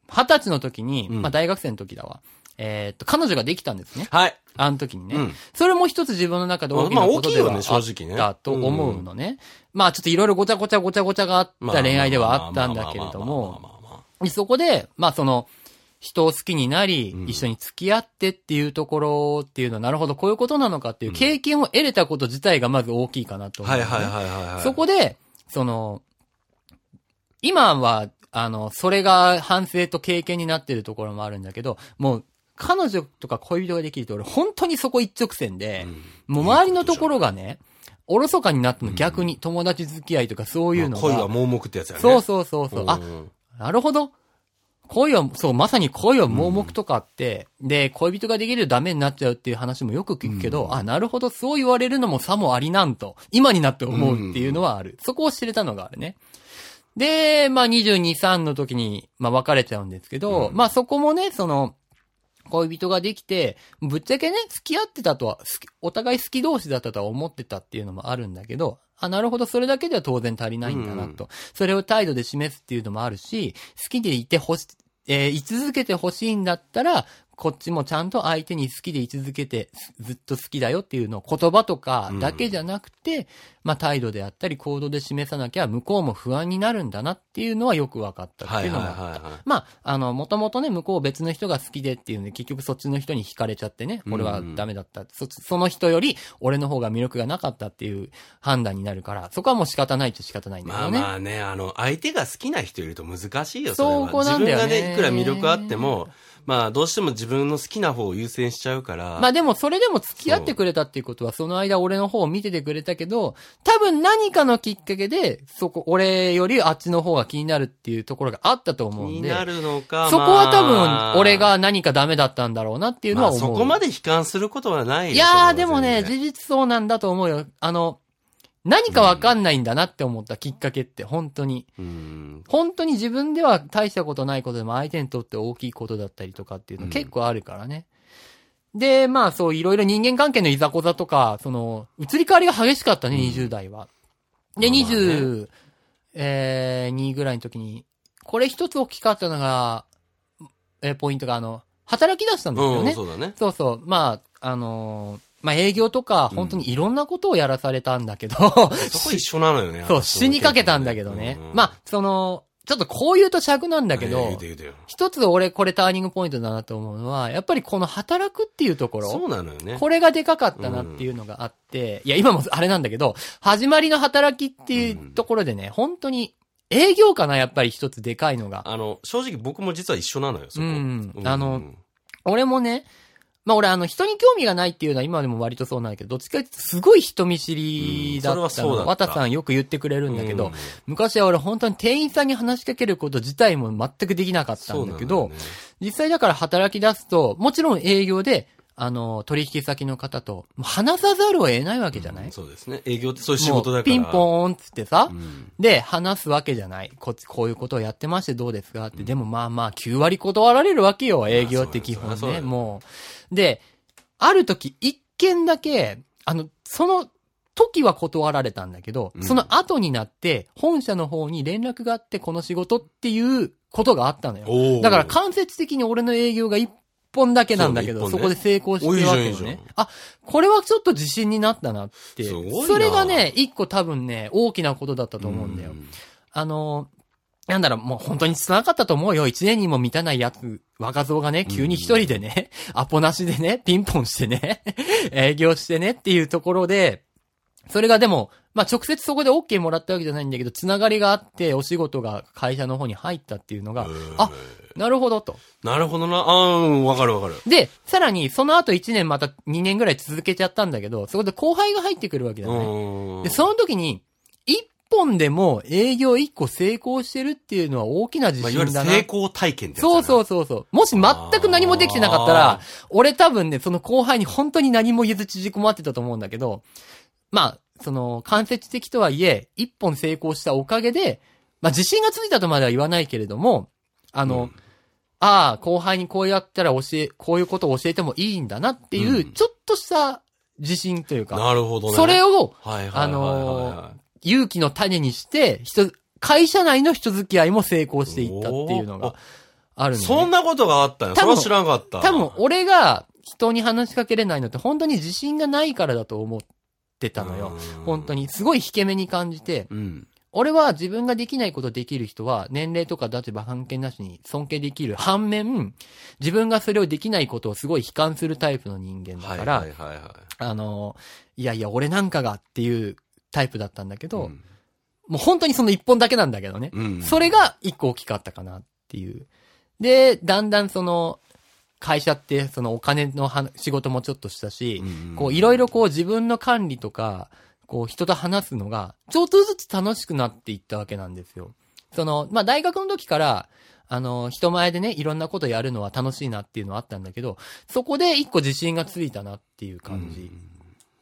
S2: 二十、歳の時に、
S1: うん
S2: まあ大学生の時だわ。えーっと、彼女ができたんですね。
S1: はい。
S2: あの時にね。
S1: うん
S2: それも一つ自分の中で大き
S1: ま
S2: な
S1: あ
S2: こ
S1: 大
S2: と
S1: きい
S2: では
S1: よ
S2: あ
S1: ね正直
S2: っ
S1: ね
S2: たと思うのね。まあちょっといろいろごちゃごちゃごちゃごちゃがあった恋愛ではあったんだけれども、
S1: も、
S2: そこで、まあその、人を好きになり
S1: う、ん
S2: 一緒に付き合ってっていうところっていうのは、なるほど、こういうことなのかっていう経験を得れたこと自体がまず大きいかなと思う
S1: は
S2: の
S1: い
S2: ね。
S1: はいはいはいはい。
S2: そこで、その、今は、あの、それが反省と経験になってるところもあるんだけど、もう、彼女とか恋人ができると俺、本当にそこ一直線で、もう周りのところがね、おろそかになっての逆に友達付き合いとかそういうのが。
S1: 恋は盲目ってやつやね。
S2: そうそうそうそう。あ、
S1: ん
S2: なるほど。恋は、そう、まさに恋は盲目とかあって、で、恋人ができるとダメになっちゃうっていう話もよく聞くけど、あ、なるほど、そう言われるのもさもありなんと、今になって思うっていうのはある。そこを知れたのがあるね。で、まあ、22、3の時に、まあ、別れちゃうんですけど、
S1: うん
S2: まあ、そこもね、その、恋人ができて、ぶっちゃけね、付き合ってたとは、好きお互い好き同士だったとは思ってたっていうのもあるんだけど、あ、なるほど、それだけでは当然足りないんだなと。それを態度で示すっていうのもあるし、好きでいてほし、えーい続けてほしいんだったら、こっちもちゃんと相手に好きでい続けて、すずっと好きだよっていうのを言葉とかだけじゃなくて、まあ態度であったり行動で示さなきゃ向こうも不安になるんだなっていうのはよく分かったって
S1: はい
S2: いう
S1: はい
S2: の
S1: は
S2: があ
S1: い
S2: った
S1: は
S2: まあ、あの、もともとね、向こう別の人が好きでっていうね、結局そっちの人に惹かれちゃってね、俺はダメだった。そ、その人より、俺の方が魅力がなかったっていう判断になるから、そこはもう仕方ないっちゃ仕方ない
S1: い。
S2: んだ
S1: ま
S2: よ
S1: あ
S2: ね。
S1: まあね、あの、相手が好きな人いると難しいよ、それは。
S2: そこなんだよね
S1: 自分がね、いくら魅力あっても、まあ、どうしても自分の好きな方を優先しちゃうから。
S2: まあでも、それでも付き合ってくれたっていうことは、その間俺の方を見ててくれたけど、多分何かのきっかけで、そこ、俺よりあっちの方が気になるっていうところがあったと思
S1: 気
S2: うん
S1: に
S2: で、
S1: なるのか。
S2: そこは多
S1: まあ
S2: 分、俺、が何かダメだったんだろうなっていうの
S1: ま
S2: は
S1: あ、
S2: 思う。
S1: そこまで悲観することはないよ
S2: いやー、
S1: そ
S2: で
S1: れは
S2: もね、
S1: 全然
S2: 事実そうなんだと思うよ。あの、何かわかんないんだなって思ったきっかけって、本当に。
S1: うん。
S2: 本当に自分では大したことないことでも相手にとって大きいことだったりとかっていうの
S1: うん
S2: 結構あるからね。で、まあそう、いろいろ人間関係のいざこざとか、その、移り変わりが激しかったね、
S1: うん
S2: 20代は。で、
S1: まあまあね
S2: 20、えー、2ぐらいの時に、これ一つ大きかったのが、えーポイントが、あの、働き出したんですよ
S1: う
S2: ね
S1: ん、。そうだね。
S2: そうそう。まあ、あのーまあ、営業とか、
S1: うん
S2: 本当にいろんなことをやらされたんだけど、
S1: そこ一緒なのよね。
S2: そう、死にかけたんだけどね。まあ、その、ちょっとこう言うと尺なんだけ
S1: えー言
S2: ど
S1: うて、言うてよ
S2: 一つ俺これターニングポイントだなと思うのは、やっぱりこの働くっていうとこ
S1: そ
S2: ろ、
S1: うなのよね。
S2: これがでかかったなっていうのがあって、いや、今もあれなんだけど、始まりの働きっていうところでね、本当に営業かな、やっぱり一つでかいのが。
S1: あの、正直僕も実は一緒なのよ、そこ。
S2: うん
S1: う
S2: あの、俺もね、まあ俺あの人に興味がないっていうのは今でも割とそうなんだけど、どっちかっていうとすごい人見知りだ
S1: うんそれ
S2: っ
S1: はそ
S2: た
S1: う
S2: の。
S1: だった
S2: わたさんよく言ってくれるんだけど、
S1: うん
S2: 昔は俺本当に店員さんに話しかけること自体も全くできなかったんだけど、
S1: そうなのよね
S2: 実際だから働き出すと、もちろん営業で、あの、取引先の方と、もう話さざるを得ないわけじゃない、
S1: そうですね。営業ってそういう仕事
S2: も
S1: だ
S2: う
S1: から。
S2: ピンポーンっつってさ、
S1: うん
S2: で、話すわけじゃない。こっち、こういうことをやってましてどうですかって、でもまあまあ、9割断られるわけよ、営業って基
S1: ま
S2: 本
S1: あそうだよ
S2: ね、
S1: ね
S2: もう。で、ある時、一件だけ、あの、その時は断られたんだけど、
S1: うん
S2: その後になって、本社の方に連絡があって、この仕事っていうことがあったのよ。
S1: おー
S2: だから間接的に俺の営業が一本だけなんだけど、
S1: そう
S2: そ,、
S1: 一本ね
S2: こで成功してるわけよ
S1: おいいじゃんいい
S2: ね
S1: じゃ。
S2: あ、これはちょっと自信になったなって。
S1: すごいな
S2: それがね、一個多分ね、大きなことだったと思うんだよ。あの、なんだろう、もう本当につなかったと思うよ。一年にも満たないやつ、若造がね、急に一人で ね、アポなしでね、ピンポンしてね、 営業してねっていうところで、それがでも、まあ、直接そこで OK もらったわけじゃないんだけど、つながりがあって、お仕事が会社の方に入ったっていうのが、あ、なるほどと。
S1: なるほどな。あーうん、わかるわかる。
S2: で、さらに、その後1年また2年ぐらい続けちゃったんだけど、そこで後輩が入ってくるわけだ
S1: う
S2: ね。
S1: ん。
S2: で、その時に、一本でも営業一個成功してるっていうのは大きな自
S1: まあ、いわゆる
S2: 信だな。
S1: 成功体験ってやつだ
S2: そう
S1: な
S2: そうそうそう。もし全く何もできてなかった
S1: あ
S2: ら
S1: ー、
S2: 俺多分ね、その後輩に本当に何も言えず縮こまってたと思うんだけど、まあ、その、間接的とはいえ、一本成功したおかげで、まあ自信がついたとまでは言わないけれども、あ
S1: う
S2: の、
S1: ん
S2: ああ、後輩にこうやったら教え、こういうことを教えてもいいんだなっていう、
S1: うん
S2: ちょっとした自信というか、
S1: なるほどね。
S2: それ
S1: を、
S2: を
S1: はいはいはいはいはい、
S2: あの勇気の種にして、人、会社内の人付き合いも成功していったっていうのがあるんだよね
S1: そんなことがあったよ。そ
S2: 多
S1: れ
S2: 分
S1: は知らんかった。
S2: 多分俺が人に話しかけれないのって本当に自信がないからだと思ってたのよ。
S1: うん
S2: 本当。に。すごい引け目に感じて、
S1: うん。
S2: 俺は自分ができないことできる人は年齢とか立場関係なしに尊敬できる。反面、自分がそれをできないことをすごい悲観するタイプの人間だ
S1: はいは
S2: か
S1: い
S2: ら、
S1: はいは
S2: あの、いやいや、俺なんかがっていうタイプだったんだけ
S1: い。
S2: ど、
S1: ん
S2: もう本当にその一本だけなんだけどね。
S1: うん。
S2: それが一個大きかったかなっていう。で、だんだんその、会社ってそのお金のは仕事もちょっとしたし、
S1: ん
S2: こういろいろこう自分の管理とか、こう人と話すのが、ちょっとずつ楽しくなっていったわけなんですよ。その、まあ、大学の時から、あの、人前でね、いろんなことやるのは楽しいなっていうのはあったんだけど、そこで一個自信がついたなっていう感じ。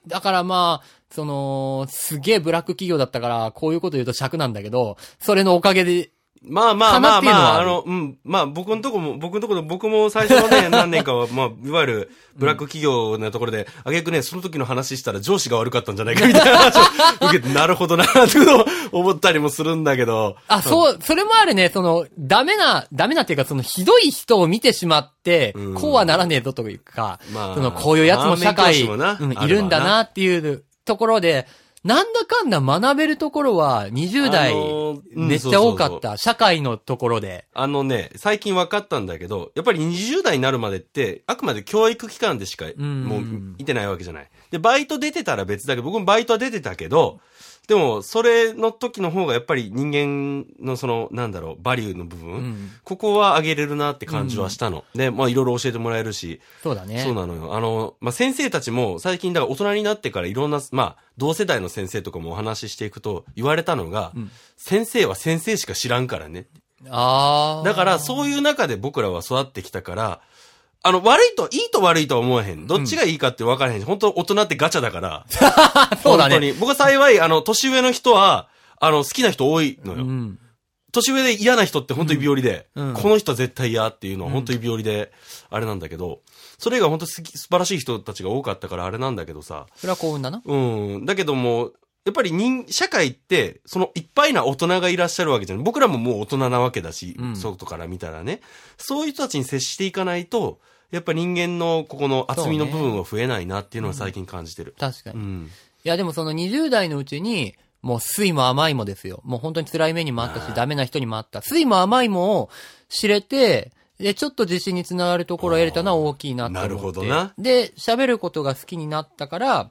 S2: だからまあ、その、すげえブラック企業だったから、こういうこと言うと尺なんだけど、それのおかげで
S1: まあま
S2: か
S1: あ
S2: な
S1: ま
S2: っ
S1: あ
S2: ていう
S1: ま
S2: のは
S1: あ、
S2: あ
S1: あ
S2: る
S1: の、うん。まあ僕のとこも、僕のところ、僕も最初の ね、何年かは、まあ、いわゆる、ブラック企業のところで、あげくね、その時の話したら上司が悪かったんじゃないかみたいな話を受けて、 なるほどな、ってことを思ったりもするんだけど。
S2: あ、そう、それもあるね。その、ダメな、ダメなっていうか、その、ひどい人を見てしまって、
S1: うん
S2: こうはならねえぞというか、
S1: まあ
S2: その、こういうやつも社会、
S1: まあ面倒し
S2: う
S1: も
S2: ん
S1: ない
S2: るんだなっていうところで、なんだかんだ学べるところは、20代
S1: あの、うん
S2: めっちゃ多か
S1: そう
S2: っ
S1: そう
S2: た。社会のところで。
S1: あのね、最近分かったんだけど、やっぱり20代になるまでって、あくまで教育機関でしか、
S2: ん
S1: もう、いてないわけじゃない。で、バイト出てたら別だけど、僕もバイトは出てたけど、でも、それの時の方がやっぱり人間のその、なんだろう、バリューの部分、
S2: うん
S1: ここは上げれるなって感じはしたの。で、まあいろいろ教えてもらえるし、
S2: そうだね。
S1: そうなのよ。あの、まあ、先生たちも最近、だから大人になってからいろんな、まあ、同世代の先生とかもお話ししていくと言われたのが、先生は先生しか知らんからね。
S2: あー
S1: だから、そういう中で僕らは育ってきたから、あの、悪いと、いいと悪いとは思えへん。どっちがいいかって分からへんし、本当大人ってガチャだから。
S2: あ そうだ
S1: 本当
S2: ね。
S1: に。僕は幸い、あの、年上の人は、あの、好きな人多いの
S2: う
S1: よ。
S2: ん。
S1: 年上で嫌な人って本当指折りで、
S2: うんうん
S1: この人は絶対嫌っていうのは本当指折りで、あれなんだけど、それが本当好き素晴らしい人たちが多かったからあれなんだけどさ、
S2: それは幸運だな。
S1: うん。だけども、やっぱり人、社会って、そのいっぱいな大人がいらっしゃるわけじゃない。僕らももう大人なわけだし、
S2: うん
S1: 外から見たらね。そういう人たちに接していかないと、やっぱ人間のここの厚みの部分は増えないなっていうのは最近感じてる。
S2: 確かに
S1: う。ん。
S2: いや、でもその20代のうちに、もう、酸いも甘いもですよ。もう本当に辛い目にもあったし、ダメな人にもあった。酸いも甘いもを知れて、で、ちょっと自信につながるところを得れたのは大きいなって思って。
S1: なるほどな
S2: で、喋ることが好きになったから、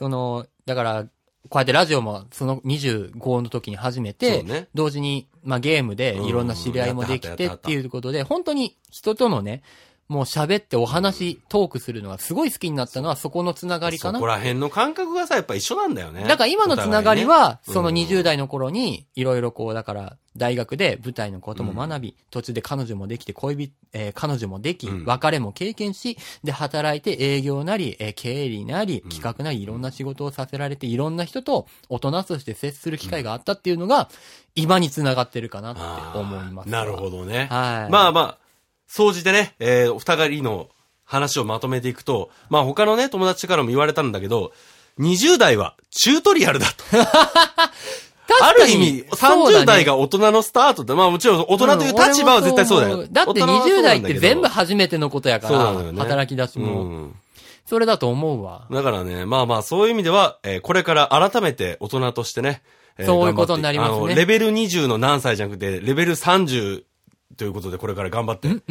S2: その、だから、こうやってラジオもその25の時に始め
S1: そ
S2: て、
S1: うね
S2: 同時に、まあゲームでいろんな知り合いもでき
S1: うんやっ
S2: て
S1: たやったや
S2: っ
S1: った
S2: ていうことで、本当に人とのね、もう喋ってお話、トークするのがすごい好きになったのはそこのつながりか
S1: そ
S2: な
S1: こら辺の感覚がさ、やっぱ一緒なんだよね。
S2: だから今のつながりは、
S1: お
S2: その
S1: 互いね
S2: 20代の頃に、いろいろこう、だから、大学で舞台のことも学び、途中で彼女もできて、恋人、えー彼女もでき
S1: う、ん
S2: 別れも経験し、で、働いて営業なり、えー経理なり、企画なり、いろんな仕事をさせられて、いろんな人と大人として接する機会があったっていうのが、今につながってるかなって思います。
S1: あーなるほどね。
S2: はい
S1: まあまあ、総じてね、えーお二人の話をまとめていくと、まあ他のね、友達からも言われたんだけど、20代はチュートリアルだと。
S2: 確
S1: あ
S2: か
S1: る
S2: に
S1: 意味、
S2: そうだ
S1: 30
S2: ね
S1: 代が大人のスタートだ。まあもちろん大人という立場は絶対そうだ
S2: ん俺も
S1: よ。
S2: 思だって
S1: 大人はそう
S2: 20
S1: な
S2: 代
S1: ん
S2: っ
S1: だけ
S2: て
S1: ど
S2: 全部初めてのことやか
S1: そう
S2: ら、
S1: なのよね
S2: 働き出しも、
S1: うん
S2: それだと思うわ。
S1: だからね、まあまあ、そういう意味では、えーこれから改めて大人としてね、えー
S2: そうい
S1: 頑張っ
S2: う
S1: て
S2: ことになりますね
S1: あのレベル20の何歳じゃなくて、レベル30ということで、これから頑張って。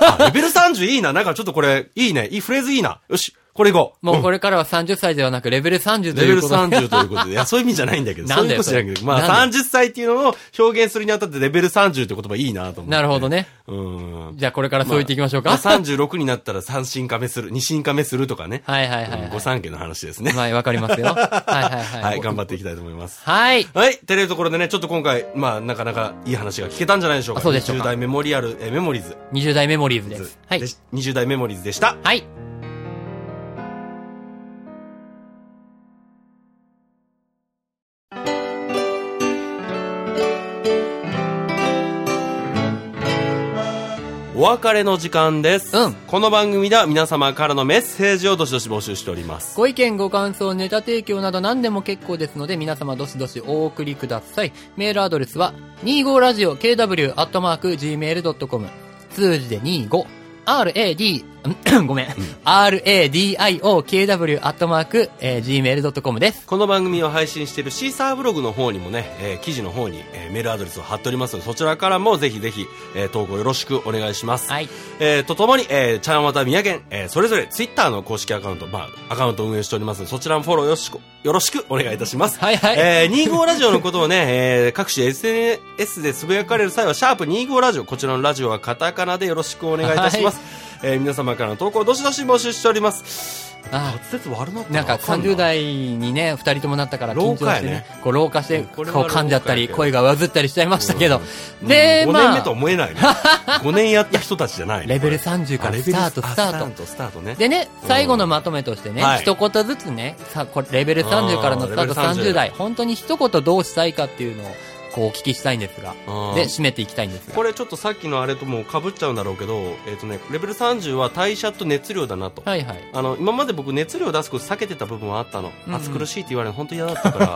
S1: あレベル30いいな。なんかちょっとこれ、いいね。いいフレーズいいな。よし、これいこう。
S2: もうこ
S1: れ、
S2: れからは30歳ではなくレベル30と
S1: レベ
S2: いう
S1: ル
S2: ことで。
S1: 30ということで。いや、そういう意味じゃないんだけど。
S2: なん
S1: そうい
S2: だ
S1: う
S2: よ
S1: ことじゃなくて。
S2: それ
S1: まあ、
S2: なん
S1: 30歳っていうのを表現するにあたって、レベル30って言葉いいなと思って。
S2: なるほど
S1: ね。
S2: ね。
S1: うん。
S2: じゃあこれからそう言っていきましょうか。
S1: まあ、36になったら3進化目する、2進化目するとかね。
S2: はいはいはい、
S1: う
S2: は
S1: ん
S2: い。
S1: 御三家の話ですね。
S2: まあ、わかりますよ。はいはいはい。
S1: はい、頑張っていきたいと思います。
S2: はい。
S1: はい、というところでね、ちょっと今回、まあ、なかなかいい話が聞けたんじゃないでしょうか。
S2: あそうでしょうか
S1: 20代メモリアル、えーメモリーズ
S2: 20代メモリーズ
S1: で
S2: です
S1: す。。
S2: はい
S1: で。し20代メモリーズでした。
S2: はい。
S1: お別れの時間です。
S2: うん
S1: この番組では皆様からのメッセージをどしどし募集しております。
S2: ご意見、ご感想、ネタ提供など何でも結構ですので、皆様どしどしお送りください。メールアドレスは、25radio.kw.gmail.com。数字で25。rad, んごめん。radio.kw.gmail.com です。
S1: この番組を配信しているシーサーブログの方にもね、えー記事の方に、えーメールアドレスを貼っておりますので、そちらからもぜひぜひ、えー投稿よろしくお願いします。
S2: はい。
S1: えーとともに、えー、ちゃんわたみやげん、えーそれぞれツイッターの公式アカウント、まあ、アカウントを運営しておりますので、そちらもフォローよろしく、よろしくお願いいたします。
S2: はいはい
S1: えー、25ラジオのことをね、 えー各種 SNS でつぶやかれる際は、シャープ25ラジオ、こちらのラジオはカタカナでよろしくお願いいたします。えー皆様からの投稿、どしどし募集しております。
S2: あ
S1: 滑舌悪なった
S2: なんか30代にね、二人ともなったから緊張
S1: 老化
S2: し
S1: や
S2: て
S1: ね
S2: ね、こう老化して、
S1: うん
S2: こ
S1: こ
S2: う
S1: れは
S2: 噛んじゃった
S1: 老化や
S2: り、
S1: けど
S2: 声が上ずったりしちゃいましたけど。
S1: で、
S2: で、
S1: 5年
S2: ま
S1: 目とは
S2: あ、
S1: 思え ないね。5年やった人たちじゃないね。
S2: レベル30から
S1: あレ
S2: ス
S1: ベル
S2: タート、
S1: あ
S2: スタ
S1: スタ
S2: ー
S1: ー
S2: ト。
S1: ト、スタートね。
S2: でね、最後のまとめとしてね
S1: はい、
S2: 一言ずつね、さ、これレベル30からのスタ
S1: あーレ
S2: ート
S1: ベル30
S2: 30代、本当に一言どうしたいかっていうのを、こうお聞きしたいんですが
S1: あー、
S2: で、締めていきたいんですが
S1: こ。れちょっとさっきのあれともかぶっちゃうんだろうけど、えっとね、レベル30は代謝と熱量だなと、
S2: はいはい。
S1: あの今まで僕熱量出すこと避けてた部分はあったの、
S2: うんうん
S1: 暑苦しいって言われるの本当に嫌だったから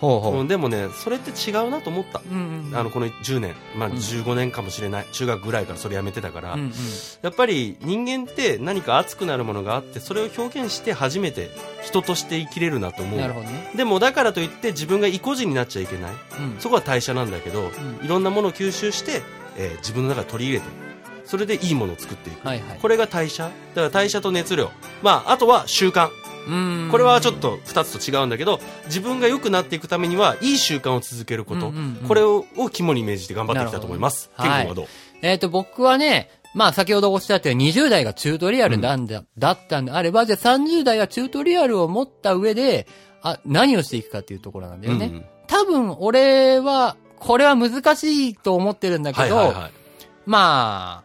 S2: ほう
S1: う
S2: ほ
S1: んでもねそれって違うなと思った、
S2: う。うんうん。
S1: あのこの10年、まあ、
S2: うん
S1: 15年かもしれない、中学ぐらいからそれやめてたから、
S2: うんうん。
S1: やっぱり人間って何か熱くなるものがあってそれを表現して初めて人として生きれるなと思う
S2: なるほどね。
S1: でもだからといって自分が意固地になっちゃいけない
S2: うん。
S1: そこは代謝なんだけど、
S2: ん
S1: いろんなものを吸収して、えー自分の中で取り入れて、それでいいものを作っていく。
S2: はいはい
S1: これが代謝。だから代謝と熱量。まあ、あとは習慣。
S2: うん
S1: これはちょっと二つと違うんだけど、自分が良くなっていくためには、いい習慣を続けること。
S2: うんうんうん
S1: これをを肝に銘じて頑張っていきたいと思います。
S2: なる
S1: 健
S2: ほ
S1: 康
S2: ど
S1: はどう、
S2: えっ、と、僕はね、まあ先ほどおっしゃったように20代がチュートリアルなんだ、だったんであれば、じゃあ30代はチュートリアルを持った上で、あ、何をしていくかっていうところなんだよね。
S1: うんうん
S2: 多分、俺は、これは難しいと思ってるんだけ
S1: はい
S2: ど、
S1: はいはい。
S2: まあ、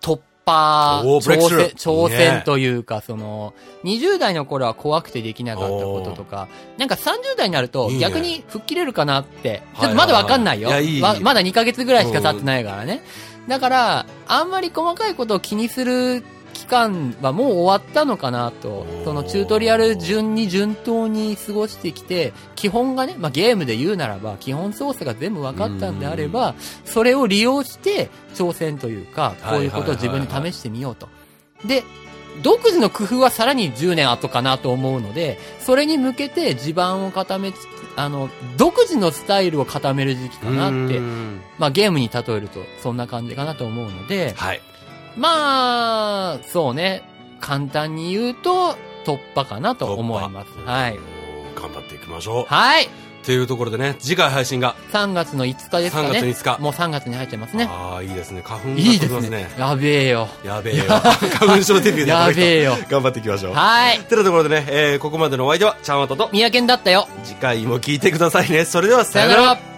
S2: 突破、
S1: おーブレイク
S2: 挑
S1: スルー
S2: 戦、挑
S1: ね
S2: 戦というか、その、20代の頃は怖くてできなかったこととか、なんか30代になると
S1: いいね
S2: 逆に吹っ切れるかなって、
S1: はい
S2: ちょっとまだわかんないよ。
S1: はいはいいやいい
S2: わまだ2ヶ月ぐらいしか経ってないからね。だから、あんまり細かいことを気にする期間はもう終わったのかなと
S1: おー、
S2: そのチュートリアル順に順当に過ごしてきて、基本がね、まあゲームで言うならば、基本操作が全部分かったんであれば、それを利用して挑戦というか、こういうことを自分に試してみようと。で、独自の工夫はさらに10年後かなと思うので、それに向けて地盤を固めつつ、あの、独自のスタイルを固める時期かなって
S1: う、ん
S2: まあゲームに例えるとそんな感じかなと思うので、
S1: はい。
S2: まあ、そうね、簡単に言うと突破かなと思います。
S1: 突破
S2: はい。。
S1: 頑張っていきましょう。
S2: はい。
S1: というところでね、次回配信が
S2: 3月の5日ですか
S1: 3
S2: ね。
S1: 月5日。
S2: もう3月に入っちゃいますね。
S1: ああ、いいですね。花粉が
S2: いい
S1: 飛
S2: で
S1: びますす
S2: ね
S1: ね。。
S2: やべえよ。
S1: やべえよ。 花粉症デビューで
S2: やべえよ。
S1: 頑張っていきましょう。
S2: はい。
S1: てなところでね、えーここまでのお相手は、ちゃんわたと、
S2: 宮健だったよ。
S1: 次回も聞いてくださいね。それでは、さ
S2: さ
S1: よ
S2: よ
S1: な
S2: な
S1: ら。
S2: ら。